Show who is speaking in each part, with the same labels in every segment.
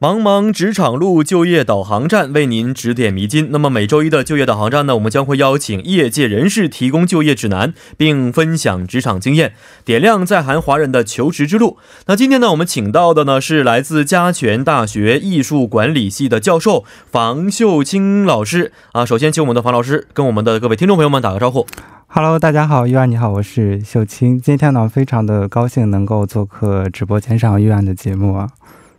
Speaker 1: 茫茫职场路就业导航站为您指点迷津。那么每周一的就业导航站呢，我们将会邀请业界人士提供就业指南，并分享职场经验，点亮在韩华人的求职之路。那今天呢，我们请到的呢是来自嘉泉大学艺术管理系的教授房秀清老师啊。首先，请我们的房老师跟我们的各位听众朋友们打个招呼。
Speaker 2: Hello，大家好，玉安你好，我是秀清。今天呢，非常的高兴能够做客直播间上玉安的节目啊。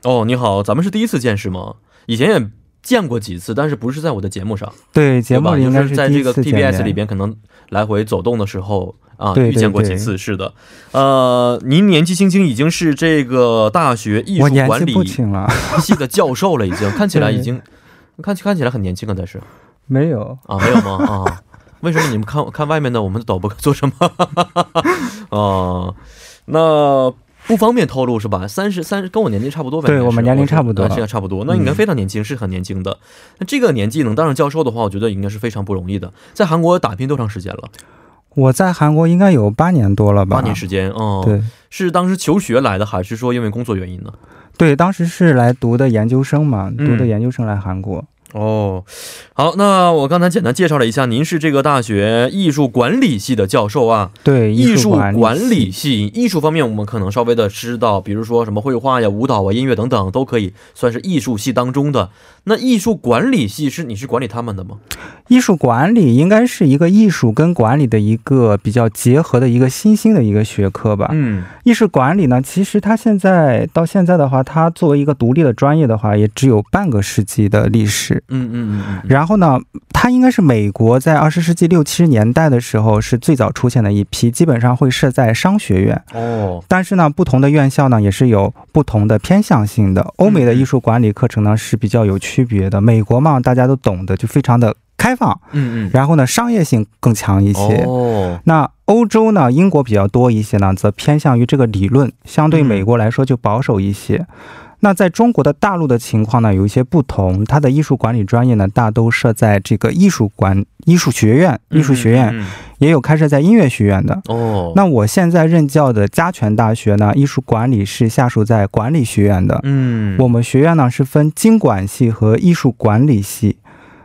Speaker 1: 哦，你好，咱们是第一次见是吗？以前也见过几次，但是不是在我的节目上，
Speaker 2: 对，节
Speaker 1: 对
Speaker 2: 目
Speaker 1: 吧？
Speaker 2: 里应该
Speaker 1: 就是
Speaker 2: 是
Speaker 1: 在
Speaker 2: 第
Speaker 1: 这
Speaker 2: 一
Speaker 1: 个
Speaker 2: 次见面
Speaker 1: TBS 里边，可能来回走动的时候啊，
Speaker 2: 对对
Speaker 1: 遇见过几次，是的。呃，您年纪轻轻已经是这个大学艺
Speaker 2: 我
Speaker 1: 术
Speaker 2: 年
Speaker 1: 管
Speaker 2: 纪
Speaker 1: 理
Speaker 2: 不轻了，
Speaker 1: 系的教授了，已经看起来已经看看起来很年轻了，啊但是
Speaker 2: 没有，
Speaker 1: 啊，没有吗？啊，为什么你们看看外面的我们的导播 做什么？啊，那不方便透露是吧？三十三跟我年龄差不多呗。
Speaker 2: 对
Speaker 1: 应该是
Speaker 2: 我们年龄差不多
Speaker 1: 我是啊这个差不多。那应该非常年轻，是很年轻的。那这个年纪能当上教授的话，我觉得应该是非常不容易的。在韩国打拼多长时间了？
Speaker 2: 我在韩国应该有八年多了吧？
Speaker 1: 八年时间。哦、
Speaker 2: 对
Speaker 1: 是当时求学来的，还是说因为工作原因呢？
Speaker 2: 对，当时是来读的研究生嘛，
Speaker 1: 嗯
Speaker 2: 读的研究生来韩国。
Speaker 1: 哦，好，那我刚才简单介绍了一下，您是这个大学艺术管理系的教授啊。
Speaker 2: 对，
Speaker 1: 艺术
Speaker 2: 术管
Speaker 1: 管
Speaker 2: 系
Speaker 1: 理系，艺术方面我们可能稍微的知道，比如说什么绘画呀、舞蹈啊、音乐等等，都可以算是艺术系当中的。那艺术管理系是你是管理他们的吗？
Speaker 2: 艺术管理应该是一个艺术跟管理的一个比较结合的一个新兴的一个学科吧。
Speaker 1: 嗯，
Speaker 2: 艺术管理呢，其实它现在到现在的话，它作为一个独立的专业的话，也只有半个世纪的历史。
Speaker 1: 嗯嗯嗯嗯，
Speaker 2: 然后呢，它应该是美国在二十世纪六七十年代的时候是最早出现的一批，基本上会设在商学院。
Speaker 1: 哦，
Speaker 2: 但是呢，不同的院校呢也是有不同的偏向性的。欧
Speaker 1: 嗯
Speaker 2: 美的艺术管理课程呢是比较有区别的。美国嘛，大家都懂的，就非常的开放，
Speaker 1: 嗯嗯，
Speaker 2: 然后呢商业性更强一些。
Speaker 1: 哦，
Speaker 2: 那欧洲呢，英国比较多一些呢，则偏向于这个理论，相
Speaker 1: 嗯
Speaker 2: 对美国来说就保守一些。那在中国的大陆的情况呢，有一些不同，它的艺术管理专业呢，大都设在这个艺术管艺术学院，艺术学院
Speaker 1: 嗯，嗯
Speaker 2: 也有开设在音乐学院的。
Speaker 1: 嗯哦，
Speaker 2: 那我现在任教的嘉泉大学呢，艺术管理是下属在管理学院的。
Speaker 1: 嗯，
Speaker 2: 我们学院呢是分经管系和艺术管理系。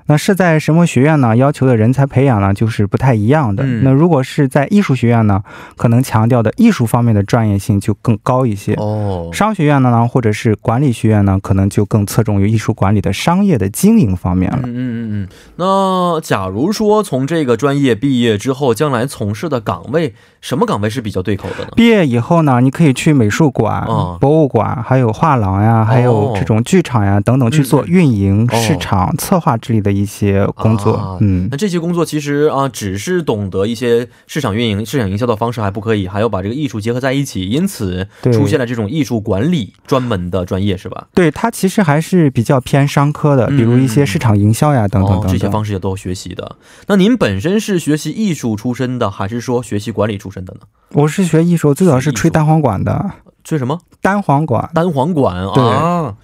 Speaker 2: 那是在什么学院呢？要求的人才培养呢，就是不太一样的。
Speaker 1: 嗯
Speaker 2: 那如果是在艺术学院呢，可能强调的艺术方面的专业性就更高一些。
Speaker 1: 哦，
Speaker 2: 商学院呢，或者是管理学院呢，可能就更侧重于艺术管理的商业的经营方面
Speaker 1: 嗯
Speaker 2: 了。
Speaker 1: 嗯嗯嗯，那假如说从这个专业毕业之后，将来从事的岗位，什么岗位是比较对口的呢？
Speaker 2: 毕业以后呢，你可以去美术馆、
Speaker 1: 哦
Speaker 2: 博物馆，还有画廊呀，还有这种剧场呀等等去做运营、
Speaker 1: 嗯
Speaker 2: 市场、策划之类的一些工作。
Speaker 1: 啊
Speaker 2: 嗯
Speaker 1: 那，这些工作其实啊，只是懂得一些市场运营、市场营销的方式还不可以，还要把这个艺术结合在一起，因此
Speaker 2: 对
Speaker 1: 出现了这种艺术管理专门的专业，是吧？
Speaker 2: 对，它其实还是比较偏商科的，
Speaker 1: 嗯
Speaker 2: 比如一些市场营销呀等等
Speaker 1: 哦，这
Speaker 2: 等
Speaker 1: 些
Speaker 2: 等。
Speaker 1: 方式也都要学习的。那您本身是学习艺术出身的，还是说学习管理出身的呢？
Speaker 2: 我是学艺术，最早是吹单簧管的，
Speaker 1: 学什么
Speaker 2: 单簧管，
Speaker 1: 单簧管
Speaker 2: 对
Speaker 1: 啊？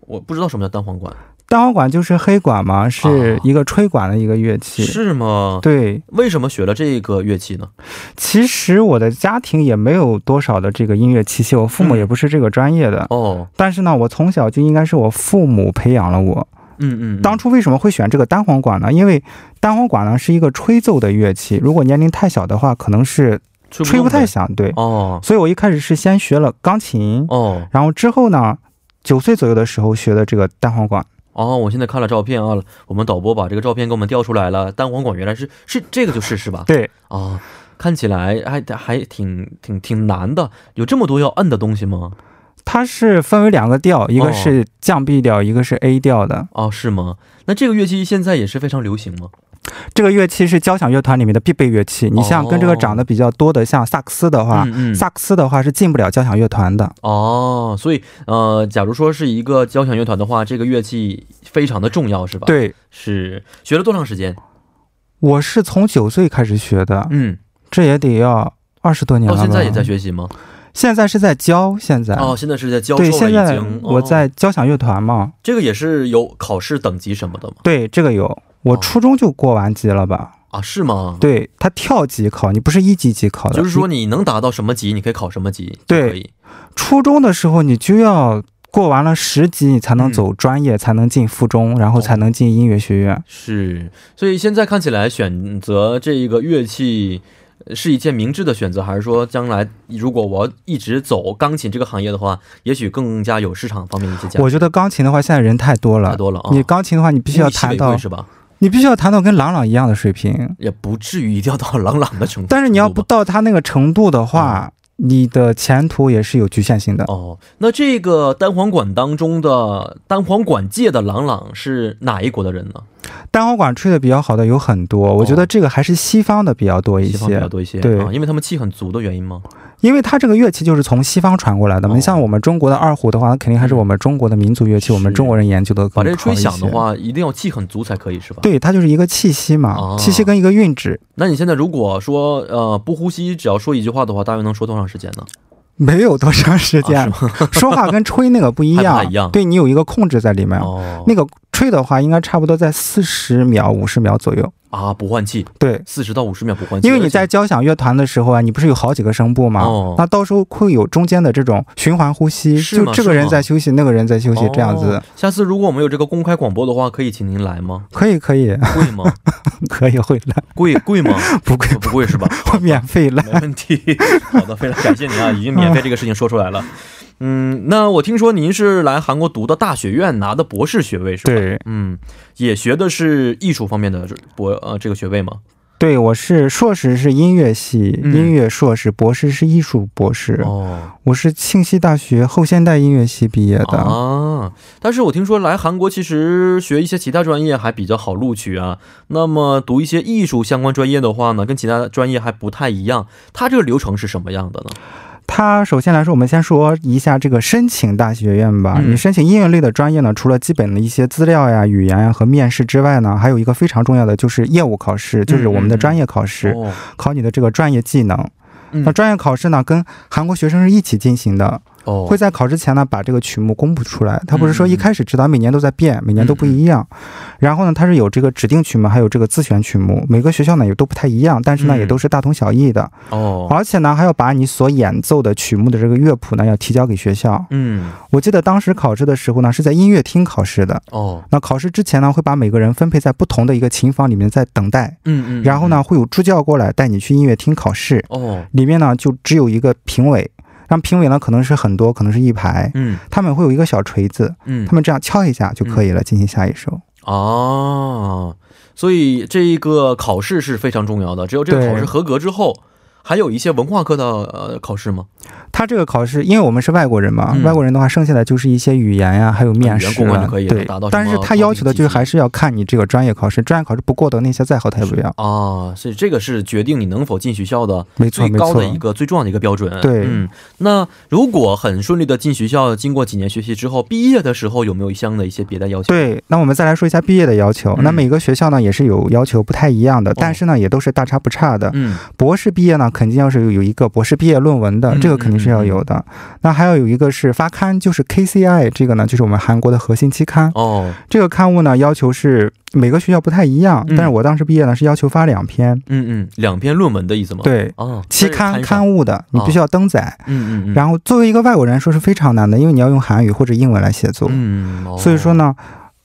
Speaker 1: 我不知道什么叫单簧管，
Speaker 2: 单簧管就是黑管嘛，是一个吹管的一个乐器。
Speaker 1: 哦是吗？
Speaker 2: 对，
Speaker 1: 为什么学了这个乐器呢？
Speaker 2: 其实我的家庭也没有多少的这个音乐气息，我父母
Speaker 1: 嗯
Speaker 2: 也不是这个专业的。
Speaker 1: 哦，
Speaker 2: 但是呢，我从小就应该是我父母培养了我。
Speaker 1: 嗯嗯，嗯
Speaker 2: 当初为什么会选这个单簧管呢？因为单簧管呢是一个吹奏的乐器，如果年龄太小的话，可能是吹
Speaker 1: 不
Speaker 2: 不
Speaker 1: 动
Speaker 2: 太
Speaker 1: 呗
Speaker 2: 响。对，
Speaker 1: 哦
Speaker 2: 所以我一开始是先学了钢琴，
Speaker 1: 哦
Speaker 2: 然后之后呢，九岁左右的时候学的这个单簧管。
Speaker 1: 哦，我现在看了照片啊，我们导播把这个照片给我们调出来了。单簧管原来是是这个就是是吧？
Speaker 2: 对，
Speaker 1: 啊、看起来还还挺挺挺难的，有这么多要摁的东西吗？
Speaker 2: 它是分为两个调，一个是降 B 调，一个是 A 调的。
Speaker 1: 哦，是吗？那这个乐器现在也是非常流行吗？
Speaker 2: 这个乐器是交响乐团里面的必备乐器。你像跟这个长得比较多的，像萨克斯的话，
Speaker 1: 哦嗯嗯。
Speaker 2: 啊萨克斯的话是进不了交响乐团的。
Speaker 1: 哦，所以呃，假如说是一个交响乐团的话，这个乐器非常的重要，是吧？，
Speaker 2: 对，
Speaker 1: 是学了多长时间？
Speaker 2: 我是从九岁开始学的，
Speaker 1: 嗯，
Speaker 2: 这也得要二十多年
Speaker 1: 到
Speaker 2: 了吧。
Speaker 1: 现在也在，学习吗？
Speaker 2: 现在是在教，现在。
Speaker 1: 哦，现在是在教授
Speaker 2: 对，
Speaker 1: 了，
Speaker 2: 现
Speaker 1: 已
Speaker 2: 在
Speaker 1: 经。
Speaker 2: 我
Speaker 1: 哦、
Speaker 2: 在交响乐团嘛，
Speaker 1: 这个也是有考试等级什么的吗？
Speaker 2: 对这个有，我
Speaker 1: 哦
Speaker 2: 初中就过完级了吧？
Speaker 1: 啊，是吗？
Speaker 2: 对，它跳级考，你不是一级级考的，
Speaker 1: 就是说你能达到什么级，你可以考什么级，
Speaker 2: 对
Speaker 1: 可以。
Speaker 2: 初中的时候你就要过完了十级你才
Speaker 1: 嗯
Speaker 2: 能走专业，才能进附中，然后才能进音乐学
Speaker 1: 嗯
Speaker 2: 院。
Speaker 1: 是，所以现在看起来选择这一个乐器呃是一件明智的选择，还是说将来如果我要一直走钢琴这个行业的话，也许更加有市场方面一些价值？
Speaker 2: 我觉得钢琴的话，现在人太多了。
Speaker 1: 太多了啊，
Speaker 2: 你钢琴的话，你必须要
Speaker 1: 物以稀为贵
Speaker 2: 弹到，
Speaker 1: 是吧？
Speaker 2: 你必须要弹到跟郎朗一样的水平。
Speaker 1: 也不至于一定要到朗朗的程度吧，
Speaker 2: 但是你要不到他那个程度的话，你的前途也是有局限性的。
Speaker 1: 哦，那这个单簧管当中的单簧管界的朗朗是哪一国的人呢？
Speaker 2: 单簧管吹的比较好的有很多，我觉得这个还是西方的比较多
Speaker 1: 哦
Speaker 2: 一
Speaker 1: 西方比
Speaker 2: 些
Speaker 1: 较，多一些，
Speaker 2: 对
Speaker 1: 啊，因为他们气很足的原因吗？
Speaker 2: 因为它这个乐器就是从西方传过来的嘛。
Speaker 1: 哦嗯
Speaker 2: 你像我们中国的二胡的话，它肯定还是我们中国的民族乐器，
Speaker 1: 是
Speaker 2: 我们中国人研究的
Speaker 1: 把
Speaker 2: 更
Speaker 1: 这
Speaker 2: 好
Speaker 1: 吹
Speaker 2: 一些。
Speaker 1: 响的话，一定要气很足才可以，是吧？。
Speaker 2: 对，它就是一个气息嘛
Speaker 1: 哦，
Speaker 2: 气息跟一个韵致，
Speaker 1: 那你现在如果说呃不呼吸，只要说一句话的话，大约能说多长时间呢？
Speaker 2: 没有多长时
Speaker 1: 啊
Speaker 2: 间。 说话跟吹那个不一
Speaker 1: 还不
Speaker 2: 样
Speaker 1: 太一样，
Speaker 2: 对你有一个控制在里面。
Speaker 1: 哦，
Speaker 2: 哎那个吹的话，应该差不多在四十秒、五十秒左右。
Speaker 1: 啊不换气，
Speaker 2: 对，
Speaker 1: 四十到五十秒不换气，
Speaker 2: 因为你在交响乐团的时候啊，你不是有好几个声部吗？
Speaker 1: 哦
Speaker 2: 那到时候会有中间的这种循环呼吸，
Speaker 1: 是吗
Speaker 2: 就这个人在休息，那个人在休
Speaker 1: 而且
Speaker 2: 息，这样子
Speaker 1: 哦。下次如果我们有这个公开广播的话，可以请您来吗？
Speaker 2: 可以可以
Speaker 1: 贵吗？
Speaker 2: 可以会来，
Speaker 1: 贵贵吗？ 呃
Speaker 2: 不贵
Speaker 1: 不贵是吧？
Speaker 2: 我免费 来。
Speaker 1: 没问题。好的，非常感谢您啊，已经免费这个事情说出 来了。嗯，那我听说您是来韩国读的大学院拿的博士学位是吧？，
Speaker 2: 对
Speaker 1: 嗯，也学的是艺术方面的博呃这个学位吗？
Speaker 2: 对，我是硕士是音乐系，
Speaker 1: 嗯
Speaker 2: 音乐硕士，博士是艺术博士。
Speaker 1: 哦，
Speaker 2: 我是庆熙大学后现代音乐系毕业的。
Speaker 1: 啊，但是我听说来韩国其实学一些其他专业还比较好录取啊。那么读一些艺术相关专业的话呢，跟其他专业还不太一样。它这个流程是什么样的呢？
Speaker 2: 它首先来说，我们先说一下这个申请大学院吧。
Speaker 1: 嗯
Speaker 2: 你申请音乐类的专业呢，除了基本的一些资料呀、语言呀和面试之外呢，还有一个非常重要的就是业务考试，就是我们的专业考试，
Speaker 1: 嗯哦，
Speaker 2: 考你的这个专业技能。
Speaker 1: 嗯
Speaker 2: 那专业考试呢，跟韩国学生是一起进行的，
Speaker 1: 哦
Speaker 2: 会在考之前呢把这个曲目公布出来。它不是说
Speaker 1: 嗯嗯嗯
Speaker 2: 一开始知道，每年都在变，每年都不一样。然后呢，它是有这个指定曲目，还有这个自选曲目，每个学校呢也都不太一样，但是呢
Speaker 1: 嗯
Speaker 2: 也都是大同小异的。
Speaker 1: 哦，
Speaker 2: 而且呢，还要把你所演奏的曲目的这个乐谱呢，要提交给学校。
Speaker 1: 嗯，
Speaker 2: 我记得当时考试的时候呢，是在音乐厅考试的。
Speaker 1: 哦，
Speaker 2: 那考试之前呢，会把每个人分配在不同的一个琴房里面在等待，
Speaker 1: 嗯嗯，
Speaker 2: 然后呢，会有助教过来带你去音乐厅考试。
Speaker 1: 嗯？哦，
Speaker 2: 里面呢，就只有一个评委，那评委呢可能是很多，可能是一排，
Speaker 1: 嗯
Speaker 2: 他们会有一个小锤子，
Speaker 1: 嗯
Speaker 2: 他，们这样敲一下就可以了，进行下一首。
Speaker 1: 啊，所以这一个考试是非常重要的。只有这个
Speaker 2: 对
Speaker 1: 考试合格之后，还有一些文化课的呃考试吗？
Speaker 2: 他这个考试，因为我们是外国人嘛，
Speaker 1: 嗯
Speaker 2: 外国人的话，剩下的就是一些语言呀、还有面
Speaker 1: 语言
Speaker 2: 试
Speaker 1: 过关
Speaker 2: 了、
Speaker 1: 啊就可以了
Speaker 2: 对
Speaker 1: 达到什么，
Speaker 2: 但是他要求的就是还是要看你这个专业考试，专业考试不过的那些再好他也不要。
Speaker 1: 啊，是这个是决定你能否进学校的
Speaker 2: 没错，
Speaker 1: 最
Speaker 2: 啊没
Speaker 1: 高的一
Speaker 2: 错。
Speaker 1: 个最重要的一个标准。
Speaker 2: 对
Speaker 1: 嗯，那如果很顺利的进学校，经过几年学习之后，毕业的时候有没有相应的一些别的要求？，
Speaker 2: 对，那我们再来说一下毕业的要求。
Speaker 1: 嗯哦
Speaker 2: 那每个学校呢也是有要求不太一样的，但是呢也都是大差不差的。
Speaker 1: 嗯，
Speaker 2: 博士毕业呢肯定要是有有一个博士毕业论文的，
Speaker 1: 嗯
Speaker 2: 这个肯定是要有的。那还要有一个是发刊，就是 KCI 这个呢就是我们韩国的核心期刊。
Speaker 1: 哦，
Speaker 2: 这个刊物呢要求是每个学校不太一样，
Speaker 1: 嗯
Speaker 2: 但是我当时毕业呢是要求发两篇。
Speaker 1: 嗯嗯，两篇论文的意思吗？，
Speaker 2: 对，
Speaker 1: 哦，
Speaker 2: 期刊刊
Speaker 1: 物，
Speaker 2: 物的，你必须要登载。
Speaker 1: 哦嗯嗯嗯，
Speaker 2: 然后作为一个外国人来说是非常难的，因为你要用韩语或者英文来写作。
Speaker 1: 嗯，哦
Speaker 2: 所以说，呢，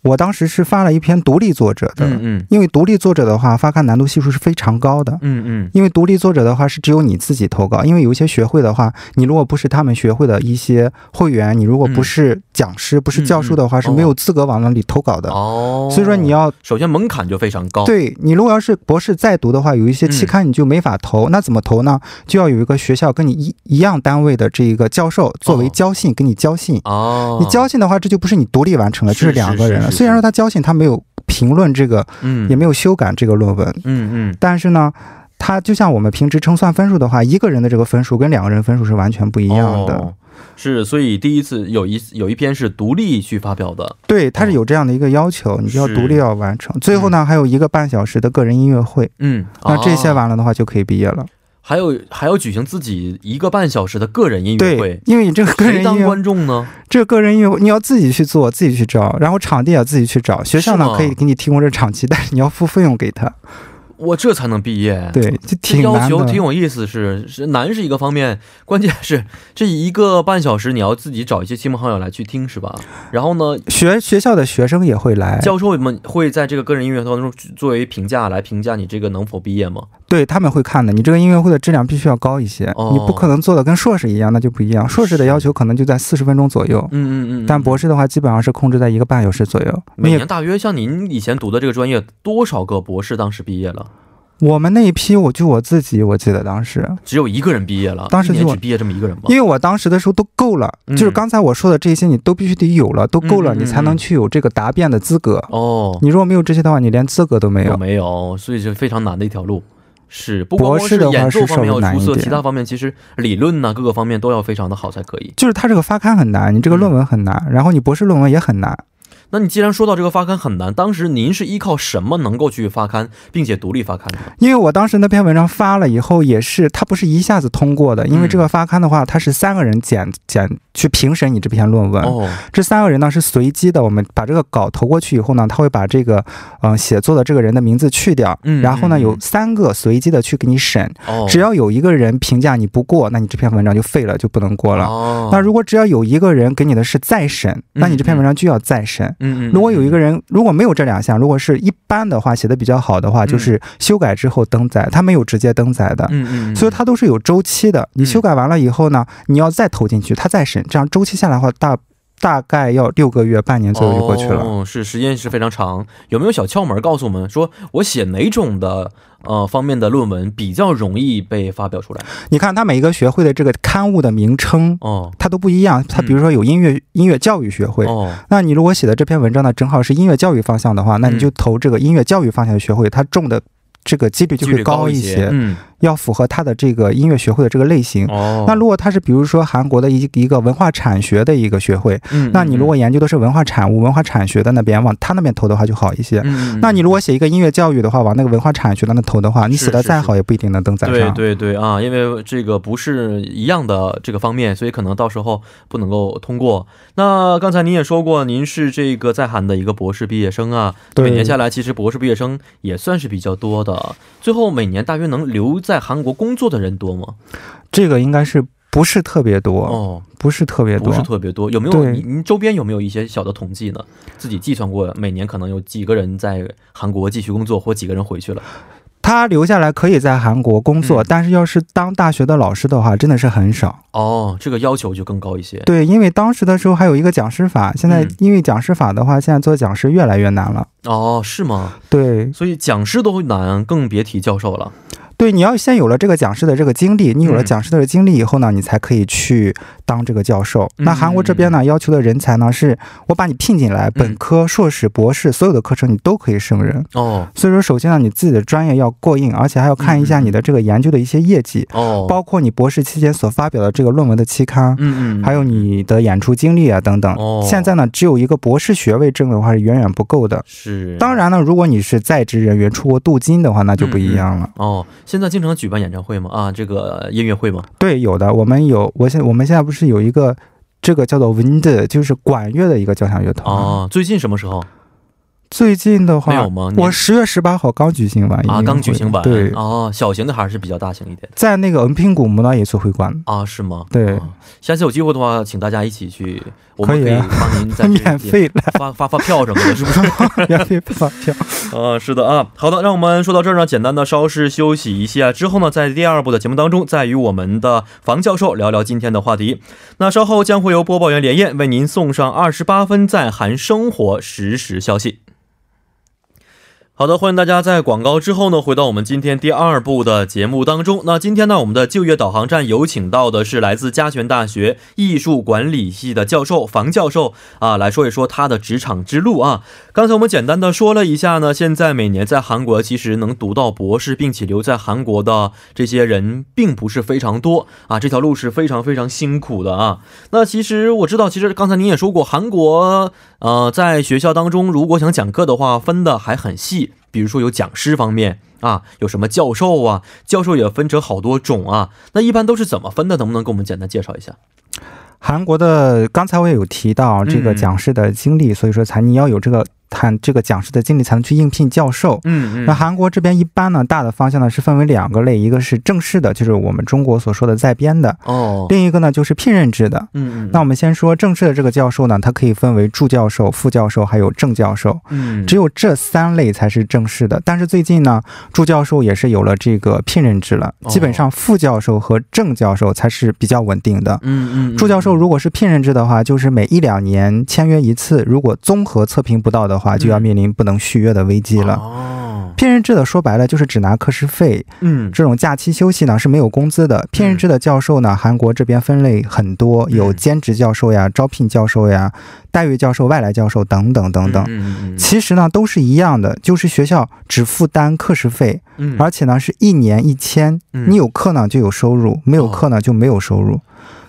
Speaker 2: 我当时是发了一篇独立作者的，
Speaker 1: 嗯嗯
Speaker 2: 因为独立作者的话发刊难度系数是非常高的。
Speaker 1: 嗯嗯，
Speaker 2: 因为独立作者的话是只有你自己投稿，因为有一些学会的话，你如果不是他们学会的一些会员，你如果不是讲师、不是教授的话，
Speaker 1: 嗯
Speaker 2: 是没有资格往那里投稿的。
Speaker 1: 哦，
Speaker 2: 所以说你要
Speaker 1: 首先门槛就非常高。，
Speaker 2: 对你如果要是博士再读的话，有一些期刊你就没法投，那怎么投呢？就要有一个学校跟你一一样单位的这一个教授作为交信、给你交信。
Speaker 1: 哦，
Speaker 2: 你交信的话，这就不是你独立完成了，
Speaker 1: 是
Speaker 2: 就是两个人
Speaker 1: 是
Speaker 2: 了。
Speaker 1: 是是
Speaker 2: 虽然说他交信，他没有评论这个，
Speaker 1: 嗯，
Speaker 2: 也没有修改这个论文，
Speaker 1: 嗯嗯，
Speaker 2: 但是呢。他就像我们平时称算分数的话，一个人的这个分数跟两个人分数是完全不一
Speaker 1: 一
Speaker 2: 样的。
Speaker 1: 哦、是，所以第一次有一有一篇是独立去发表的。
Speaker 2: 对，它是有这样的一个要求，你就要
Speaker 1: 是
Speaker 2: 独立要完成。最后呢，还有一个半小时的个人音乐会，
Speaker 1: 嗯，
Speaker 2: 那这些
Speaker 1: 啊、
Speaker 2: 完了的话就可以毕业了。
Speaker 1: 还有还要举行自己一个半小时的个人音乐
Speaker 2: 对
Speaker 1: 会，，
Speaker 2: 因为你这个个人
Speaker 1: 谁
Speaker 2: 音
Speaker 1: 当
Speaker 2: 乐，
Speaker 1: 观众呢？
Speaker 2: 这个个人音乐会你要自己去做，自己去找，然后场地也自己去找。学校
Speaker 1: 是
Speaker 2: 呢
Speaker 1: 吗
Speaker 2: 可以给你提供这场地，但是你要付费用给他。
Speaker 1: 我这才能毕业。
Speaker 2: 对，就挺
Speaker 1: 要
Speaker 2: 难
Speaker 1: 求
Speaker 2: 的。
Speaker 1: 挺有意思，是是难是一个方面，关键是 这一个半小时你要自己找一些亲朋好友来去听，是吧？然后呢，
Speaker 2: 学学校的学生也会来，
Speaker 1: 教授们会在这个个人音乐当中作为评价来评价你这个能否毕业吗？
Speaker 2: 对他们会看的。你这个音乐会的质量必须要高一些，
Speaker 1: 哦
Speaker 2: 你不可能做的跟硕士一样，那就不一样。硕士的要求可能就在四十分钟左右，
Speaker 1: 嗯嗯嗯。
Speaker 2: 但博士的话基本上是控制在一个半小时左右。你
Speaker 1: 每
Speaker 2: 也
Speaker 1: 年大约像您以前读的这个专业，多少个博士当时毕业了？
Speaker 2: 我们那一批，我就我自己，我记得当时，
Speaker 1: 只有一个人毕业了，
Speaker 2: 当时
Speaker 1: 一年
Speaker 2: 就
Speaker 1: 只毕业这么一个人吗
Speaker 2: 因？为我当时的时候都够了，
Speaker 1: 嗯
Speaker 2: 就是刚才我说的这些，你都必须得有了，都够
Speaker 1: 嗯
Speaker 2: 了，
Speaker 1: 嗯嗯
Speaker 2: 你才能去有这个答辩的资格。
Speaker 1: 哦，
Speaker 2: 你如果没有这些的话，你连资格都没
Speaker 1: 我
Speaker 2: 有。
Speaker 1: 没有，所以就非常难的一条路。是，不光光
Speaker 2: 博士的话
Speaker 1: 演奏
Speaker 2: 是
Speaker 1: 方面
Speaker 2: 稍微
Speaker 1: 要
Speaker 2: 难
Speaker 1: 出
Speaker 2: 一
Speaker 1: 色，
Speaker 2: 点
Speaker 1: 其他方面其实理论呐、各个方面都要非常的好才可以。
Speaker 2: 就是他这个发刊很难，你这个论文很
Speaker 1: 嗯
Speaker 2: 难，然后你博士论文也很难。
Speaker 1: 那你既然说到这个发刊很难，当时您是依靠什么能够去发刊，并且独立发刊的？
Speaker 2: 因为我当时那篇文章发了以后，也是它不是一下子通过的，因
Speaker 1: 嗯
Speaker 2: 为这个发刊的话，它是三个人检检去评审你这篇论文。
Speaker 1: 哦，
Speaker 2: 这三个人呢是随机的，我们把这个稿投过去以后呢，他会把这个嗯、呃写作的这个人的名字去掉，
Speaker 1: 嗯
Speaker 2: 然后呢
Speaker 1: 嗯嗯
Speaker 2: 有三个随机的去给你审，
Speaker 1: 哦，
Speaker 2: 只要有一个人评价你不过，那你这篇文章就废了，就不能过了。
Speaker 1: 哦，嗯
Speaker 2: 那如果只要有一个人给你的是再审，那你这篇文章就要再审。
Speaker 1: 嗯嗯，
Speaker 2: 如果有一个
Speaker 1: 人
Speaker 2: 人如果没有这两项，如果是一般的话写的比较好的话，
Speaker 1: 嗯
Speaker 2: 就是修改之后登载，他没有直接登载的。
Speaker 1: 嗯嗯，嗯
Speaker 2: 啊所以它都是有周期的。你修改完了以后呢，你要再投进去，它再审，这样周期下来的话，大大概要六个月、半年左右就过去了。
Speaker 1: 哦，是时间是非常长。有没有小窍门告诉我们，说我写哪种的呃方面的论文比较容易被发表出来？
Speaker 2: 你看它每一个学会的这个刊物的名称，
Speaker 1: 哦
Speaker 2: 它都不一样。它
Speaker 1: 嗯
Speaker 2: 比如说有音乐、音乐教育学会。
Speaker 1: 哦，
Speaker 2: 那你如果写的这篇文章呢，正好是音乐教育方向的话，
Speaker 1: 嗯
Speaker 2: 那你就投这个音乐教育方向的学会，它中的这个几率就
Speaker 1: 几
Speaker 2: 会
Speaker 1: 率
Speaker 2: 高
Speaker 1: 高
Speaker 2: 一
Speaker 1: 些。嗯，
Speaker 2: 要符合它的这个音乐学会的这个类型。
Speaker 1: 哦，
Speaker 2: 嗯那如果它是比如说韩国的一一个文化产学的一个学会，
Speaker 1: 嗯，嗯
Speaker 2: 那你如果研究的是文化产物、文化产学的那边，往他那边投的话就好一些。
Speaker 1: 嗯，嗯
Speaker 2: 那你如果写一个音乐教育的话，往那个文化产学的那投的话，你
Speaker 1: 是
Speaker 2: 写的
Speaker 1: 是
Speaker 2: 再
Speaker 1: 是
Speaker 2: 好也不一定能登载
Speaker 1: 对
Speaker 2: 上。
Speaker 1: 对对啊，因为这个不是一样的这个方面，所以可能到时候不能够通过。那刚才您也说过，您是这个在韩的一个博士毕业生啊，
Speaker 2: 对
Speaker 1: 每年下来其实博士毕业生也算是比较多的。最后每年大约能留在韩国工作的人多吗？
Speaker 2: 这个应该是不是特别多，
Speaker 1: 哦，
Speaker 2: 不是特别
Speaker 1: 不
Speaker 2: 多
Speaker 1: 是。特别多。有没有
Speaker 2: 对
Speaker 1: 您您周边有没有一些小的统计呢？自己计算过，每年可能有几个人在韩国继续工作，或几个人回去了？
Speaker 2: 他留下来可以在韩国工作，
Speaker 1: 嗯
Speaker 2: 但是要是当大学的老师的话，真的是很少。
Speaker 1: 哦，这个要求就更高一些。
Speaker 2: 对，因为当时的时候还有一个讲师法，现在
Speaker 1: 嗯
Speaker 2: 因为讲师法的话，现在做讲师越来越难了。
Speaker 1: 哦，是吗？
Speaker 2: 对
Speaker 1: 所以讲师都难，更别提教授了。
Speaker 2: 对，你要先有了这个讲师的这个经历，你有了
Speaker 1: 嗯
Speaker 2: 讲师的经历以后呢，你才可以去当这个教授。
Speaker 1: 嗯
Speaker 2: 那韩国这边呢，要求的人才呢，是我把你聘进来，
Speaker 1: 嗯
Speaker 2: 本科、硕士、博士所有的课程你都可以胜任。
Speaker 1: 哦
Speaker 2: 所以说，首先呢，你自己的专业要过硬，而且还要看一下你的这个研究的一些业绩，
Speaker 1: 嗯哦，
Speaker 2: 包括你博士期间所发表的这个论文的期刊，
Speaker 1: 嗯嗯，
Speaker 2: 还有你的演出经历啊等等。
Speaker 1: 哦
Speaker 2: 现在呢，只有一个博士学位证的话是远远不够的。
Speaker 1: 是
Speaker 2: 当然呢，如果你是在职人员出国镀金的话，那就不一样了。
Speaker 1: 哦，现在经常举办演唱会吗？啊，这个音乐会吗？
Speaker 2: 对，有的，我们有，我现我们现在不是有一个这个叫做 Wind，就是管乐的一个交响乐团。
Speaker 1: 哦，最近什么时候
Speaker 2: 最近的
Speaker 1: 没有
Speaker 2: 话，
Speaker 1: 吗？你
Speaker 2: 啊我十月十八号刚举行完
Speaker 1: 啊，
Speaker 2: 音乐
Speaker 1: 刚
Speaker 2: 会
Speaker 1: 举行完
Speaker 2: 对，
Speaker 1: 哦，小型的还是比较大型一点的
Speaker 2: 在那个恩平古木纳野球会馆。
Speaker 1: 啊？是吗？
Speaker 2: 对
Speaker 1: 啊下次有机会的话，请大家一起去，我们
Speaker 2: 可
Speaker 1: 可
Speaker 2: 以
Speaker 1: 以
Speaker 2: 啊
Speaker 1: 帮您在
Speaker 2: 免
Speaker 1: 这里
Speaker 2: 费啊来，
Speaker 1: 发发发票什么的，是不是？
Speaker 2: 免费发票。
Speaker 1: 呃，是的啊，好的，让我们说到这儿呢，简单的稍事休息一下，之后呢，在第二部的节目当中，再与我们的房教授聊聊今天的话题。那稍后将会由播报员连燕为您送上二十八分在韩生活实时消息。好的，欢迎大家在广告之后呢，回到我们今天第二部的节目当中。那今天呢，我们的就业导航站有请到的是来自嘉泉大学艺术管理系的教授房教授啊，来说一说他的职场之路啊。刚才我们简单的说了一下呢，现在每年在韩国其实能读到博士并且留在韩国的这些人并不是非常多啊，这条路是非常非常辛苦的啊。那其实我知道，其实刚才您也说过，韩国呃，在学校当中，如果想讲课的话，分的还很细，比如说有讲师方面啊，有什么教授啊，教授也分成好多种啊。那一般都是怎么分的？能不能给我们简单介绍一下？
Speaker 2: 韩国的刚才我也有提到这个
Speaker 1: 嗯
Speaker 2: 讲师的经历，所以说才你要有这个谈这个讲师的经历，才能去应聘教授。
Speaker 1: 嗯
Speaker 2: 那韩国这边一般呢，大的方向呢是分为两个类，一个是正式的，就是我们中国所说的在编的；
Speaker 1: 哦，
Speaker 2: 另一个呢就是聘任制的。
Speaker 1: 嗯嗯，
Speaker 2: 那我们先说正式的这个教授呢，它可以分为助教授、副教授还有正教授，
Speaker 1: 嗯
Speaker 2: 只有这三类才是正式的。但是最近呢，助教授也是有了这个聘任制了，
Speaker 1: 哦
Speaker 2: 基本上副教授和正教授才是比较稳定的。
Speaker 1: 嗯嗯，
Speaker 2: 助教授如果是聘任制的话，就是每一两年签约一次，如果综合测评不到的话，就要面临不能续约的危机了。
Speaker 1: 哦，
Speaker 2: 聘任制的说白了就是只拿课时费，
Speaker 1: 嗯
Speaker 2: 这种假期休息呢是没有工资的。聘任制的教授呢，韩国这边分类很多，
Speaker 1: 嗯
Speaker 2: 有兼职教授呀、招聘教授呀、待遇教授、外来教授等等等等。
Speaker 1: 嗯
Speaker 2: 其实呢都是一样的，就是学校只负担课时费，
Speaker 1: 嗯，
Speaker 2: 而且呢是一年一签，
Speaker 1: 嗯
Speaker 2: 你有课呢就有收入，没有
Speaker 1: 哦
Speaker 2: 课呢就没有收入。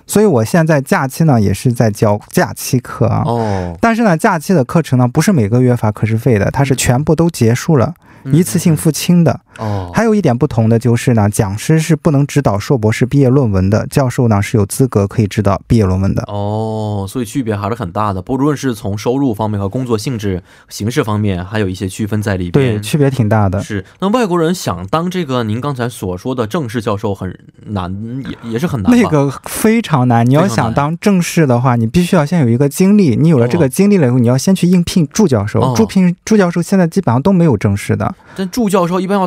Speaker 2: 所以我现在假期呢也是在教假期课啊。
Speaker 1: 哦，
Speaker 2: 但是呢，假期的课程呢，不是每个月发课时费的，它
Speaker 1: 嗯
Speaker 2: 是全部都结束了，一次性付清的。
Speaker 1: 哦，
Speaker 2: 还有一点不同的就是呢，讲师是不能指导硕博士毕业论文的，教授呢是有资格可以指导毕业论文的。
Speaker 1: 哦，所以区别还是很大的，不论是从收入方面和工作性质、形式方面，还有一些区分在里
Speaker 2: 对，
Speaker 1: 边。
Speaker 2: 区别挺大的。
Speaker 1: 是，那外国人想当这个您刚才所说的正式教授很难，也也是很难吧。
Speaker 2: 那个非常难，你要
Speaker 1: 非常难
Speaker 2: 想当正式的话，你必须要先有一个经历。你有了这个经历了以后，你要先去应聘助教授。
Speaker 1: 哦
Speaker 2: 助聘助教授现在基本上都没有正式的。
Speaker 1: 但助教授一般要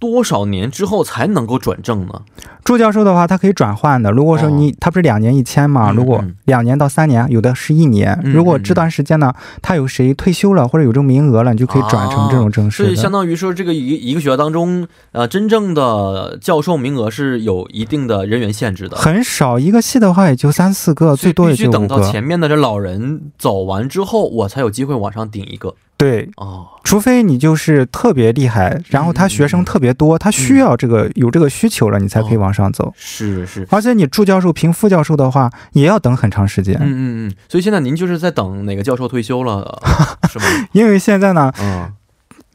Speaker 1: 多少年之后才能够转正呢？
Speaker 2: 助教授的话，他可以转换的。如果说你、他不是两年一签嘛，
Speaker 1: 哦嗯
Speaker 2: 如果
Speaker 1: 嗯
Speaker 2: 两年到三年，有的是一年。
Speaker 1: 嗯
Speaker 2: 如果
Speaker 1: 嗯
Speaker 2: 这段时间呢，他有谁退休了或者有这种名额了，你就可以转成这种正
Speaker 1: 哦所
Speaker 2: 式
Speaker 1: 以
Speaker 2: 的。
Speaker 1: 相当于说，这个一一个学校当中，呃，真正的教授名额是有一定的人员限制的，
Speaker 2: 很少一个系的话也就三四个，最多也
Speaker 1: 必须
Speaker 2: 就五
Speaker 1: 等到
Speaker 2: 个。
Speaker 1: 前面的这老人走完之后，我才有机会往上顶一个。
Speaker 2: 对，
Speaker 1: 哦，
Speaker 2: 除非你就是特别厉害，然后他学生特别多，他需要这个有这个需求了，你才
Speaker 1: 哦
Speaker 2: 可以往上走。
Speaker 1: 是是，
Speaker 2: 而且你助教授评副教授的话，也要等很长时间，
Speaker 1: 嗯嗯嗯，所以现在您就是在等哪个教授退休 了，呃是吗？
Speaker 2: 因为现在呢，
Speaker 1: 嗯，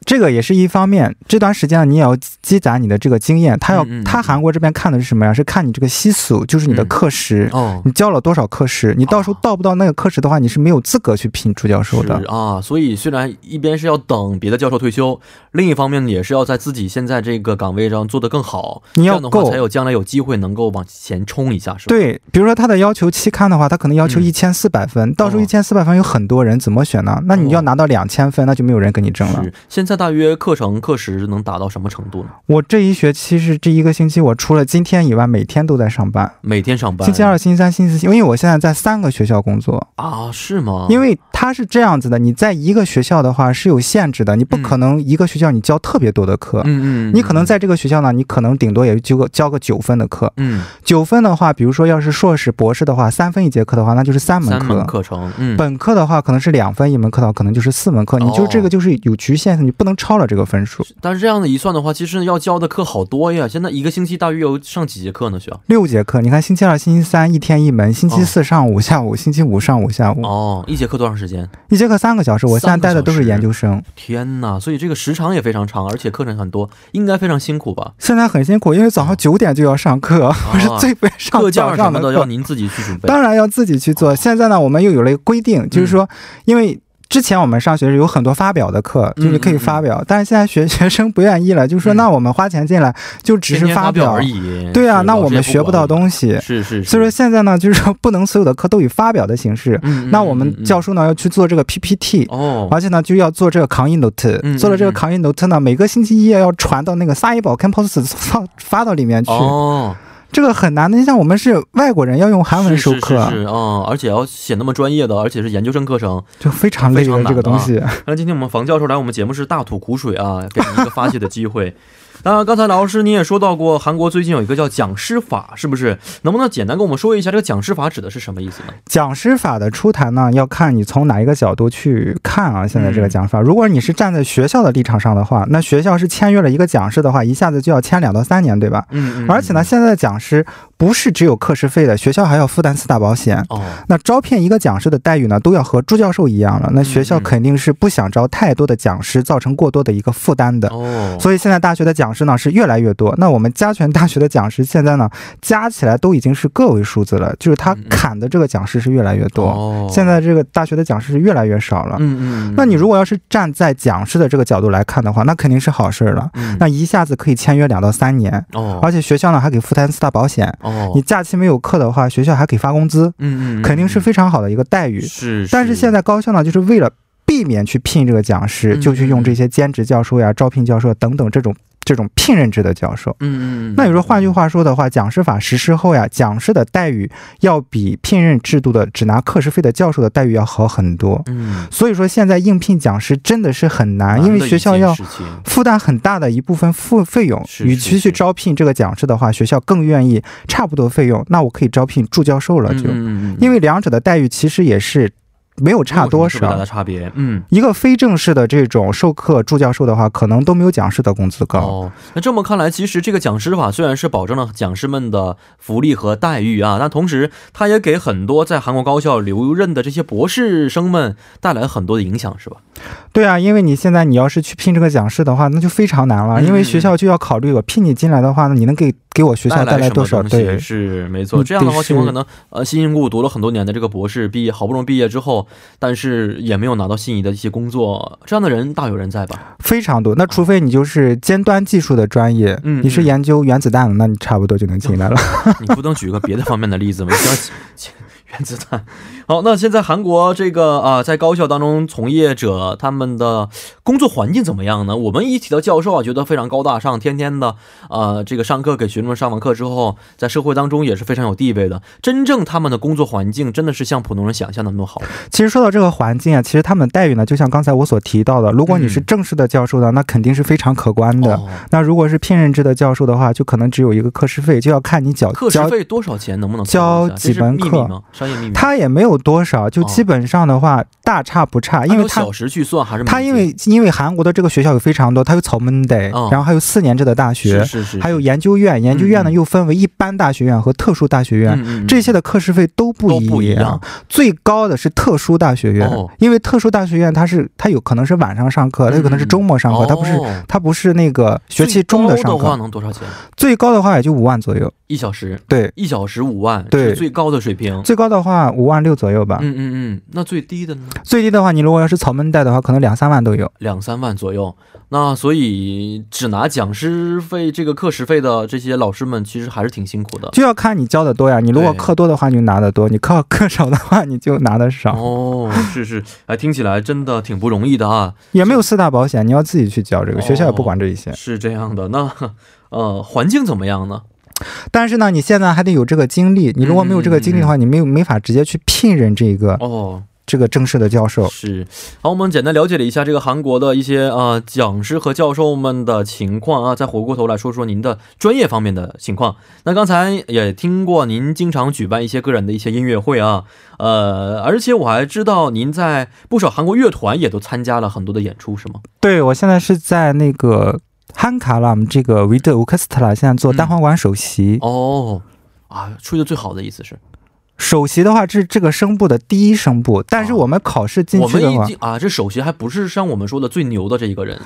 Speaker 2: 这个也是一方面。这段时间呢，你也要积攒你的这个经验。他要
Speaker 1: 嗯嗯嗯
Speaker 2: 他韩国这边看的是什么呀？是看你这个习俗，就是你的
Speaker 1: 嗯
Speaker 2: 课时，
Speaker 1: 哦，
Speaker 2: 你交了多少课时。你到时候
Speaker 1: 哦
Speaker 2: 到不到那个课时的话，你是没有资格去聘助教授
Speaker 1: 是
Speaker 2: 的。
Speaker 1: 啊，所以虽然一边是要等别的教授退休，另一方面也是要在自己现在这个岗位上做得更好，
Speaker 2: 你
Speaker 1: 这
Speaker 2: 要
Speaker 1: 样的话
Speaker 2: 够
Speaker 1: 才有将来有机会能够往前冲一下，是吧？
Speaker 2: 对，比如说他的要求期刊的话，他可能要求
Speaker 1: 嗯
Speaker 2: 一千四百分，到时候
Speaker 1: 哦
Speaker 2: 一千四百分有很多人，怎么选呢？那你要拿到两千分，那就没有人跟你争了。
Speaker 1: 是，现在大约课程课时能达到什么程度呢？
Speaker 2: 我这一学期是这一个星期，我除了今天以外，每天都在上班。
Speaker 1: 每天上班？
Speaker 2: 星期二、星期三、星期四，因为我现在在三个学校工作，
Speaker 1: 啊？是吗？
Speaker 2: 因为它是这样子的，你在一个学校的话是有限制的，你不可能一个学校你教特别多的课。
Speaker 1: 嗯嗯，
Speaker 2: 你可能在这个学校呢，你可能顶多也就个教个九分的课。
Speaker 1: 嗯
Speaker 2: 九分的话，比如说要是硕士、博士的话，三分一节课的话，那就是三门
Speaker 1: 三
Speaker 2: 课。
Speaker 1: 门课程，嗯，
Speaker 2: 本科的话，可能是两分一门课的话，可能就是四门课。你就
Speaker 1: 哦
Speaker 2: 这个就是有局限性，你不能超了这个分数。
Speaker 1: 但是这样的一算的话，其实要教的课好多呀。现在一个星期大约有上几节课呢？需要？
Speaker 2: 六节课，你看星期二、星期三一天一门，星期
Speaker 1: 哦
Speaker 2: 四上午、下午，星期五上午、下午，
Speaker 1: 哦，一节课多长时间？
Speaker 2: 一节课三个小时。我现在
Speaker 1: 三个
Speaker 2: 带的都
Speaker 1: 小
Speaker 2: 是
Speaker 1: 时
Speaker 2: 研究生，
Speaker 1: 天呐，所以这个时长也非常长，而且课程很多，应该非常辛苦吧？啊
Speaker 2: 现在很辛苦，因为早上九点就要上课，我是最不愿上
Speaker 1: 课哦件
Speaker 2: 早
Speaker 1: 儿什
Speaker 2: 上
Speaker 1: 么
Speaker 2: 的
Speaker 1: 的
Speaker 2: 课。
Speaker 1: 要您自己去准备。
Speaker 2: 当然要自己去做。现在呢，我们又有了一个规定，
Speaker 1: 嗯
Speaker 2: 就是说，因为之前我们上学时有很多发表的课，
Speaker 1: 嗯
Speaker 2: 就你可以发表，但是现在学 学生不愿意了，就说
Speaker 1: 嗯
Speaker 2: 那我们花钱进来就只是
Speaker 1: 天天发
Speaker 2: 表
Speaker 1: 而。已。
Speaker 2: 对啊，
Speaker 1: 是
Speaker 2: 那
Speaker 1: 老师
Speaker 2: 我们
Speaker 1: 也
Speaker 2: 学不
Speaker 1: 管
Speaker 2: 到东西。
Speaker 1: 是是，
Speaker 2: 所以说现在呢，就是说不能所有的课都以发表的形式。
Speaker 1: 嗯，嗯
Speaker 2: 那我们教
Speaker 1: 嗯
Speaker 2: 授呢要去做这个 PPT，、
Speaker 1: 嗯哦，
Speaker 2: 而且呢就要做这个抗议 note，、
Speaker 1: 嗯
Speaker 2: 做了这个
Speaker 1: 嗯
Speaker 2: 抗议 note 呢，每个星期一要传到那个撒一宝 campus 发发到里面去，
Speaker 1: 哦，
Speaker 2: 这个很难的。你像我们是外国人，要用韩文授课，啊
Speaker 1: 是是是是嗯，而且要写那么专业的，而且是研究生课程。
Speaker 2: 就非常累人这个东西。
Speaker 1: 那今天我们房教授来我们节目是大吐苦水啊， 给你一个发泄的机会。 那刚才老师你也说到过，韩国最近有一个叫讲师法，是不是？能不能简单跟我们说一下这个讲师法指的是什么意思呢？
Speaker 2: 讲师法的出台呢，要看你从哪一个角度去看啊。现在这个讲
Speaker 1: 嗯
Speaker 2: 法，如果你是站在学校的立场上的话，那学校是签约了一个讲师的话，一下子就要签两到三年，对吧？
Speaker 1: 嗯，嗯
Speaker 2: 而且呢，，现在的讲师不是只有课时费的，学校还要负担四大保险。
Speaker 1: 哦，
Speaker 2: 那招聘一个讲师的待遇呢，都要和助教授一样了。那学
Speaker 1: 嗯
Speaker 2: 校肯定是不想招太多的讲师，造成过多的一个负担的。
Speaker 1: 哦，
Speaker 2: 所以现在大学的讲师呢是越来越多。那我们加权大学的讲师现在呢，加起来都已经是个位数字了，就是他
Speaker 1: 嗯嗯
Speaker 2: 砍的这个讲师是越来越多。
Speaker 1: 哦
Speaker 2: 现在这个大学的讲师是越来越少了。
Speaker 1: 嗯嗯，
Speaker 2: 那你如果要是站在讲师的这个角度来看的话，那肯定是好事儿了。
Speaker 1: 嗯
Speaker 2: 那一下子可以签约两到三年，
Speaker 1: 哦
Speaker 2: 而且学校呢还给负担四大保险。
Speaker 1: 哦，
Speaker 2: 你假期没有课的话，学校还给发工资，
Speaker 1: 嗯嗯嗯
Speaker 2: 肯定是非常好的一个待遇。
Speaker 1: 是，
Speaker 2: 但是现在高校呢，就是为了避免去聘这个讲师，
Speaker 1: 嗯
Speaker 2: 就去用这些兼职教授呀、招聘教授等等这种这种聘任制的教授。
Speaker 1: 嗯嗯嗯，
Speaker 2: 那你说，换句话说的话，讲师法实施后呀，讲师的待遇要比聘任制度的只拿课时费的教授的待遇要好很多。
Speaker 1: 嗯，
Speaker 2: 所以说，现在应聘讲师真的是很难，啊因为学校要负担很大的一部分付费用。
Speaker 1: 是
Speaker 2: 与
Speaker 1: 是
Speaker 2: 其
Speaker 1: 是
Speaker 2: 去招聘这个讲师的话，学校更愿意差不多费用，那我可以招聘助教授了就。
Speaker 1: 嗯嗯嗯、
Speaker 2: 因
Speaker 1: 为
Speaker 2: 为两者的待遇其实也是没有差多
Speaker 1: 大的
Speaker 2: 少。
Speaker 1: 差别，嗯。
Speaker 2: 一个非正式的这种授课助教授的话，可能都没有讲师的工资高。
Speaker 1: 哦，那这么看来，其实这个讲师法虽然是保证了讲师们的福利和待遇啊，但同时它也给很多在韩国高校留任的这些博士生们带来很多的影响，是吧？
Speaker 2: 对啊，因为你现在你要是去聘这个讲师的话，那就非常难了，
Speaker 1: 嗯
Speaker 2: 因为学校就要考虑我聘你进来的话，那你能给给我学校带来
Speaker 1: 什
Speaker 2: 多
Speaker 1: 么
Speaker 2: 少？
Speaker 1: 东西
Speaker 2: 对，
Speaker 1: 是没
Speaker 2: 你
Speaker 1: 错。
Speaker 2: 得
Speaker 1: 这样的话，情况
Speaker 2: 是
Speaker 1: 可能呃，辛辛苦苦读了很多年的这个博士，毕业好不容易毕业之后，但是也没有拿到心仪的一些工作，这样的人大有人在吧？
Speaker 2: 非常多。那除非你就是尖端技术的专业，
Speaker 1: 哦嗯
Speaker 2: 你
Speaker 1: 嗯
Speaker 2: 是研究原子弹的，那你差不多就能进 来了。
Speaker 1: 你不能举个别的方面的例子吗？像原子弹。好，那现在韩国这个啊、在高校当中从业者他们的工作环境怎么样呢？我们一提到教授啊，觉得非常高大上，天天的呃，这个上课给学生们上完课之后，在社会当中也是非常有地位的。真正他们的工作环境真的是像普通人想象的那么好吗？
Speaker 2: 其实说到这个环境啊，其实他们的待遇呢，就像刚才我所提到的，如果你是
Speaker 1: 嗯
Speaker 2: 正式的教授呢，那肯定是非常可观的。
Speaker 1: 哦
Speaker 2: 那如果是聘任制的教授的话，就可能只有一个课时费，就要看你缴
Speaker 1: 课时
Speaker 2: 交。
Speaker 1: 费多少钱？能不能
Speaker 2: 交
Speaker 1: 透露一下
Speaker 2: 几门
Speaker 1: 这是秘密吗？商业秘密？
Speaker 2: 他也没有多少，就
Speaker 1: 哦
Speaker 2: 基本上的话、大差不差，因为
Speaker 1: 按照
Speaker 2: 他
Speaker 1: 小时去算还是每
Speaker 2: 他
Speaker 1: 天
Speaker 2: 因为因为韩国的这个学校有非常多，他有草门的，
Speaker 1: 哦
Speaker 2: 然后还有四年制的大学，
Speaker 1: 是是是，
Speaker 2: 还有研究院，研究院呢
Speaker 1: 嗯嗯
Speaker 2: 又分为一般大学院和特殊大学院。
Speaker 1: 嗯嗯嗯
Speaker 2: 这些的课时费都不
Speaker 1: 都不一样，
Speaker 2: 最高的是特殊大学院，
Speaker 1: 哦嗯
Speaker 2: 因为特殊大学院它是它有可能是晚上上课，它有可能是周末上课，它不是
Speaker 1: 哦
Speaker 2: 它不是那个学期中
Speaker 1: 的
Speaker 2: 上
Speaker 1: 的话
Speaker 2: 课，
Speaker 1: 能多少钱？
Speaker 2: 最高的话也就五万左右，
Speaker 1: 一小时，
Speaker 2: 对，
Speaker 1: 一小时五万，
Speaker 2: 对
Speaker 1: 是最高的水平。
Speaker 2: 最高的话五万六左右吧，
Speaker 1: 嗯嗯嗯，那最低的呢？
Speaker 2: 最低的话你如果要是草闷带的话，可能两三万都有。
Speaker 1: 两三万左右。那所以只拿讲师费这个课时费的这些老师们，其实还是挺辛苦的。
Speaker 2: 就要看你教的多呀，你如果
Speaker 1: 对
Speaker 2: 课多的话，你就拿的多；你课课少的话，你就拿的少。
Speaker 1: 哦，是是，哎，听起来真的挺不容易的啊。
Speaker 2: 也没有四大保险，你要自己去交这个，
Speaker 1: 哦
Speaker 2: 学校也不管这一些。
Speaker 1: 是这样的，那呃，环境怎么样呢？
Speaker 2: 但是呢，你现在还得有这个经历，你如果没有这个经历的话，你没有没法直接去聘任这个
Speaker 1: 哦，
Speaker 2: 这个正式的教授。
Speaker 1: 是，好，我们简单了解了一下这个韩国的一些呃讲师和教授们的情况啊，再回过头来说说您的专业方面的情况。那刚才也听过您经常举办一些个人的一些音乐会啊，呃，而且我还知道您在不少韩国乐团也都参加了很多的演出，是吗？
Speaker 2: 对我现在是在那个。汉卡拉姆这个维德乌克斯特拉现在做单簧管首席，
Speaker 1: 哦，啊，吹的最好的意思是，
Speaker 2: 首席的话是这个声部的第一声部，但是
Speaker 1: 哦
Speaker 2: 我们考试进
Speaker 1: 我
Speaker 2: 去
Speaker 1: 们
Speaker 2: 的
Speaker 1: 一
Speaker 2: 话，
Speaker 1: 进啊，这首席还不是像我们说的最牛的这一个人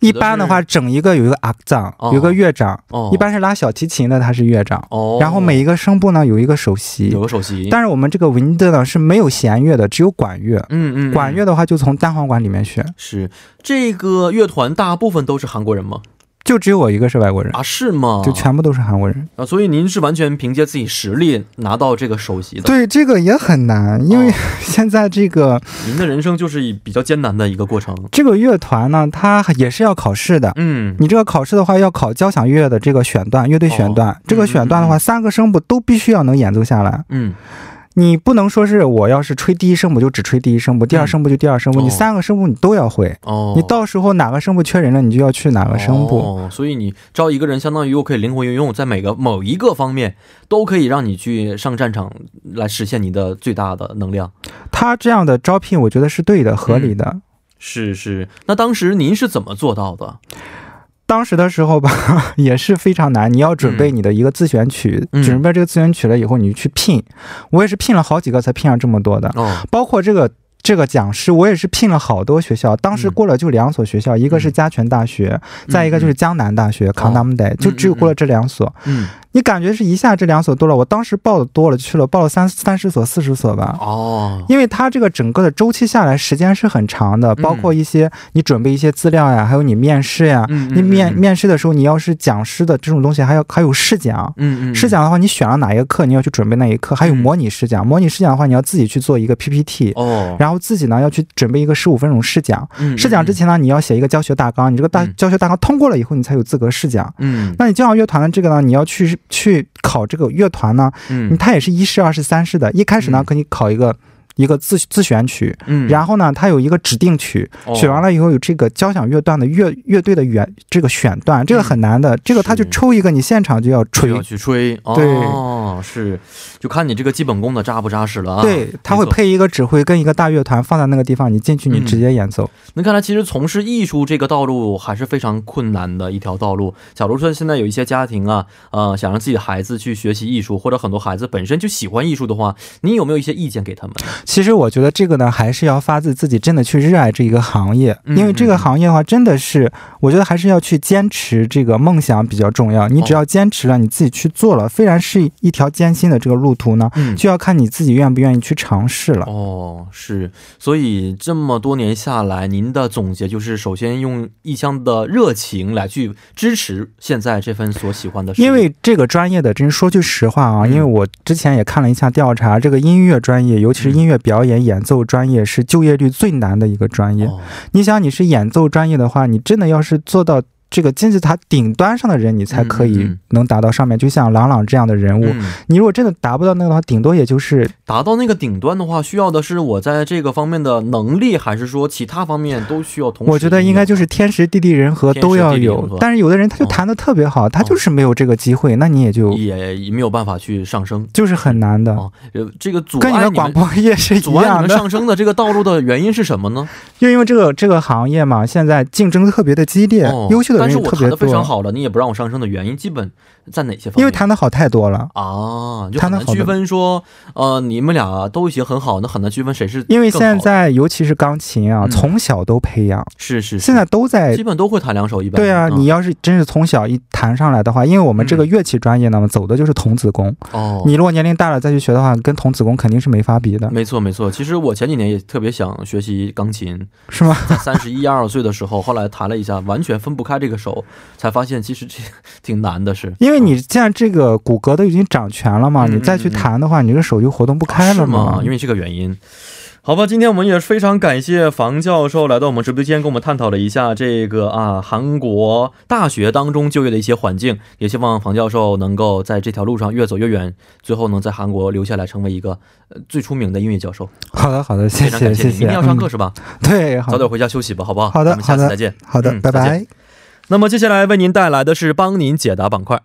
Speaker 2: 一般的话整一个有一个阿藏，
Speaker 1: 哦
Speaker 2: 有一个乐长，
Speaker 1: 哦，
Speaker 2: 一般是拉小提琴的他是乐长，
Speaker 1: 哦，
Speaker 2: 然后每一个声部呢有一个首席
Speaker 1: 有，个首席，
Speaker 2: 但是我们这个文的呢是没有弦乐的，只有管乐。
Speaker 1: 嗯嗯，嗯
Speaker 2: 管乐的话就从单簧管里面选，
Speaker 1: 是这个乐团大部分都是韩国人吗？
Speaker 2: 就只有我一个是外国人，
Speaker 1: 啊，是吗？
Speaker 2: 就全部都是韩国人。
Speaker 1: 啊，所以您是完全凭借自己实力拿到这个首席的。，
Speaker 2: 对，这个也很难，因为
Speaker 1: 哦
Speaker 2: 现在这个
Speaker 1: 您的人生就是以比较艰难的一个过程。
Speaker 2: 这个乐团呢，它也是要考试的。
Speaker 1: 嗯，
Speaker 2: 你这个考试的话，要考交响乐的这个选段，乐队选
Speaker 1: 哦
Speaker 2: 段。这个选段的话，三个声部都必须要能演奏下来。
Speaker 1: 嗯，
Speaker 2: 你不能说是我要是吹第一声部就只吹第一声部，第二声部就第二声部，
Speaker 1: 哦
Speaker 2: 你三个声部你都要会。
Speaker 1: 哦，
Speaker 2: 你到时候哪个声部缺人了，你就要去哪个声部。
Speaker 1: 哦，所以你招一个人，相当于又可以灵活运用，在每个某一个方面都可以让你去上战场，来实现你的最大的能量。
Speaker 2: 他这样的招聘，我觉得是对的、合理的。
Speaker 1: 嗯是是，那当时您是怎么做到的？
Speaker 2: 当时的时候吧， 也是非常难。你要准备你的一个自选曲，
Speaker 1: 嗯
Speaker 2: 准备这个自选曲了以后，你去聘。我也是聘了好几个才聘上这么多的，
Speaker 1: 哦，
Speaker 2: 包括这个这个讲师，我也是聘了好多学校，当时
Speaker 1: 嗯
Speaker 2: 过了就两所学校，一个是嘉泉大学，再一个就是江南大学、
Speaker 1: 哦
Speaker 2: 康南大，就只有过了这两所。
Speaker 1: 嗯，
Speaker 2: 你感觉是一下这两所多了，我当时报的多了去了，报了三三十所、四十所吧。
Speaker 1: 哦，
Speaker 2: 因为它这个整个的周期下来时间是很长的，
Speaker 1: 嗯
Speaker 2: 包括一些你准备一些资料呀，还有你面试呀，
Speaker 1: 嗯
Speaker 2: 你面，面试的时候你要是讲师的这种东西，还要还有试讲。
Speaker 1: 嗯嗯，
Speaker 2: 试讲的话，你选了哪一个课，你要去准备那一课，还有
Speaker 1: 嗯
Speaker 2: 模拟试讲。模拟试讲的话，你要自己去做一个 PPT，
Speaker 1: 哦，
Speaker 2: 然后自己呢要去准备一个十五分钟试讲。
Speaker 1: 嗯
Speaker 2: 试讲之，前呢，你要写一个教学大纲，你这个大
Speaker 1: 嗯
Speaker 2: 教学大纲通过了以后，你才有资格试讲。
Speaker 1: 嗯
Speaker 2: 那你交响乐团的这个呢，你要去去考这个乐团呢，
Speaker 1: 嗯
Speaker 2: 它也是一试、二试、三试的。一开始呢
Speaker 1: 嗯，
Speaker 2: 给你考一个一个自自选曲，
Speaker 1: 嗯，哦
Speaker 2: 然后呢，它有一个指定曲，
Speaker 1: 后
Speaker 2: 选完，了以后有这个交响乐段的乐乐队的原这个选段，这个很难的，这个他就是抽一个你现场就要吹
Speaker 1: 嗯就要，去吹，哦，是，就看你这个基本功的扎不扎实了啊。
Speaker 2: 对，他会
Speaker 1: 没错
Speaker 2: 配一个指挥跟一个大乐团放在那个地方，你进去你
Speaker 1: 嗯
Speaker 2: 直接演奏。
Speaker 1: 那看来，其实从事艺术这个道路还是非常困难的一条道路。假如说现在有一些家庭啊，呃，想让自己的孩子去学习艺术，或者很多孩子本身就喜欢艺术的话，你有没有一些意见给他们？
Speaker 2: 其实我觉得这个呢，还是要发自自己真的去热爱这一个行业，
Speaker 1: 嗯
Speaker 2: 因为这个行业的话，真的是我觉得还是要去坚持这个梦想比较重要。
Speaker 1: 哦
Speaker 2: 你只要坚持了，你自己去做了，虽然是一条艰辛的这个路途呢，
Speaker 1: 嗯，
Speaker 2: 就要看你自己愿不愿意去尝试了。
Speaker 1: 哦，是，所以这么多年下来，您的总结就是，首先用异乡的热情来去支持现在这份所喜欢的事业，
Speaker 2: 因为这个专业的，真说句实话啊，
Speaker 1: 嗯
Speaker 2: 因为我之前也看了一下调查，这个音乐专业，尤其
Speaker 1: 嗯
Speaker 2: 是音乐表演演奏专业，是就业率最难的一个专业。
Speaker 1: 哦
Speaker 2: 你想，你是演奏专业的话，你真的要是做到这个金字塔顶端上的人，你才
Speaker 1: 嗯
Speaker 2: 可
Speaker 1: 嗯
Speaker 2: 以
Speaker 1: 嗯
Speaker 2: 能达到上面。就像朗朗这样的人物，
Speaker 1: 嗯
Speaker 2: 你如果真的达不到那个的话，顶多也就是
Speaker 1: 达到那个顶端的话，需要的是我在这个方面的能力，还是说其他方面都需要同时？
Speaker 2: 我觉得应该就是天时地利人和
Speaker 1: 天时
Speaker 2: 都要
Speaker 1: 地利人
Speaker 2: 有
Speaker 1: 和。
Speaker 2: 但是有的人他就弹得特别好，他就是没有这个机会，那你也就
Speaker 1: 也也没有办法去上升
Speaker 2: 就是很难的。
Speaker 1: 哦。呃，这个阻
Speaker 2: 跟你
Speaker 1: 碍
Speaker 2: 的
Speaker 1: 你
Speaker 2: 广
Speaker 1: 们
Speaker 2: 播业是一
Speaker 1: 阻碍你
Speaker 2: 样啊
Speaker 1: 们
Speaker 2: 的，
Speaker 1: 上升的这个道路的原因是什么 呢？
Speaker 2: 就因为这个这个行业嘛，现在竞争特别的激烈，
Speaker 1: 哦，
Speaker 2: 优秀的
Speaker 1: 但
Speaker 2: 人
Speaker 1: 是
Speaker 2: 也
Speaker 1: 我
Speaker 2: 特
Speaker 1: 弹
Speaker 2: 别
Speaker 1: 的非常
Speaker 2: 多。
Speaker 1: 好了，你也不让我上升的原因，基本在哪些方面？
Speaker 2: 因为弹得好太多了，
Speaker 1: 啊，就
Speaker 2: 他
Speaker 1: 很
Speaker 2: 那
Speaker 1: 难
Speaker 2: 好的
Speaker 1: 区分说，呃，你们俩都学很好，那很难区分谁是
Speaker 2: 因为
Speaker 1: 更好的
Speaker 2: 现在尤其是钢琴啊，
Speaker 1: 嗯
Speaker 2: 从小都培养，
Speaker 1: 是是是
Speaker 2: 现在都在
Speaker 1: 基本都会弹两首一般。
Speaker 2: 对啊，你要是真是从小一弹上来的话，因为我们这个
Speaker 1: 嗯
Speaker 2: 乐器专业呢，走的就是童子功。
Speaker 1: 哦，嗯
Speaker 2: 你如果年龄大了再去学的话，跟童子功肯定是没法比的，
Speaker 1: 没错没错。其实我前几年也特别想学习钢琴，
Speaker 2: 是吗？
Speaker 1: 在三十一二岁的时候，后来弹了一下，完全分不开这个手，才发现其实这 挺难的是。
Speaker 2: 因为你现在这个骨骼都已经长全了嘛，
Speaker 1: 嗯
Speaker 2: 你再去
Speaker 1: 嗯嗯哦
Speaker 2: 弹的话，你这个手就活动不开
Speaker 1: 啊是
Speaker 2: 了嘛。
Speaker 1: 吗？因为这个原因。好吧，今天我们也非常感谢房教授来到我们直播间，跟我们探讨了一下这个啊韩国大学当中就业的一些环境，也希望房教授能够在这条路上越走越远，最后能在韩国留下来，成为一个呃最出名的音乐教授。
Speaker 2: 好的，好的，谢
Speaker 1: 非常
Speaker 2: 谢，
Speaker 1: 感谢
Speaker 2: 谢
Speaker 1: 你，明
Speaker 2: 谢。
Speaker 1: 天要上课
Speaker 2: 嗯，
Speaker 1: 是吧？
Speaker 2: 对，好
Speaker 1: 早
Speaker 2: 的，
Speaker 1: 点回家休息吧，好不好？
Speaker 2: 好的
Speaker 1: 咱们下
Speaker 2: 好
Speaker 1: 次
Speaker 2: 的
Speaker 1: 再见。
Speaker 2: 好的，
Speaker 1: 嗯
Speaker 2: 拜
Speaker 1: 再见
Speaker 2: 拜。
Speaker 1: 那么接下来为您带来的是帮您解答板块。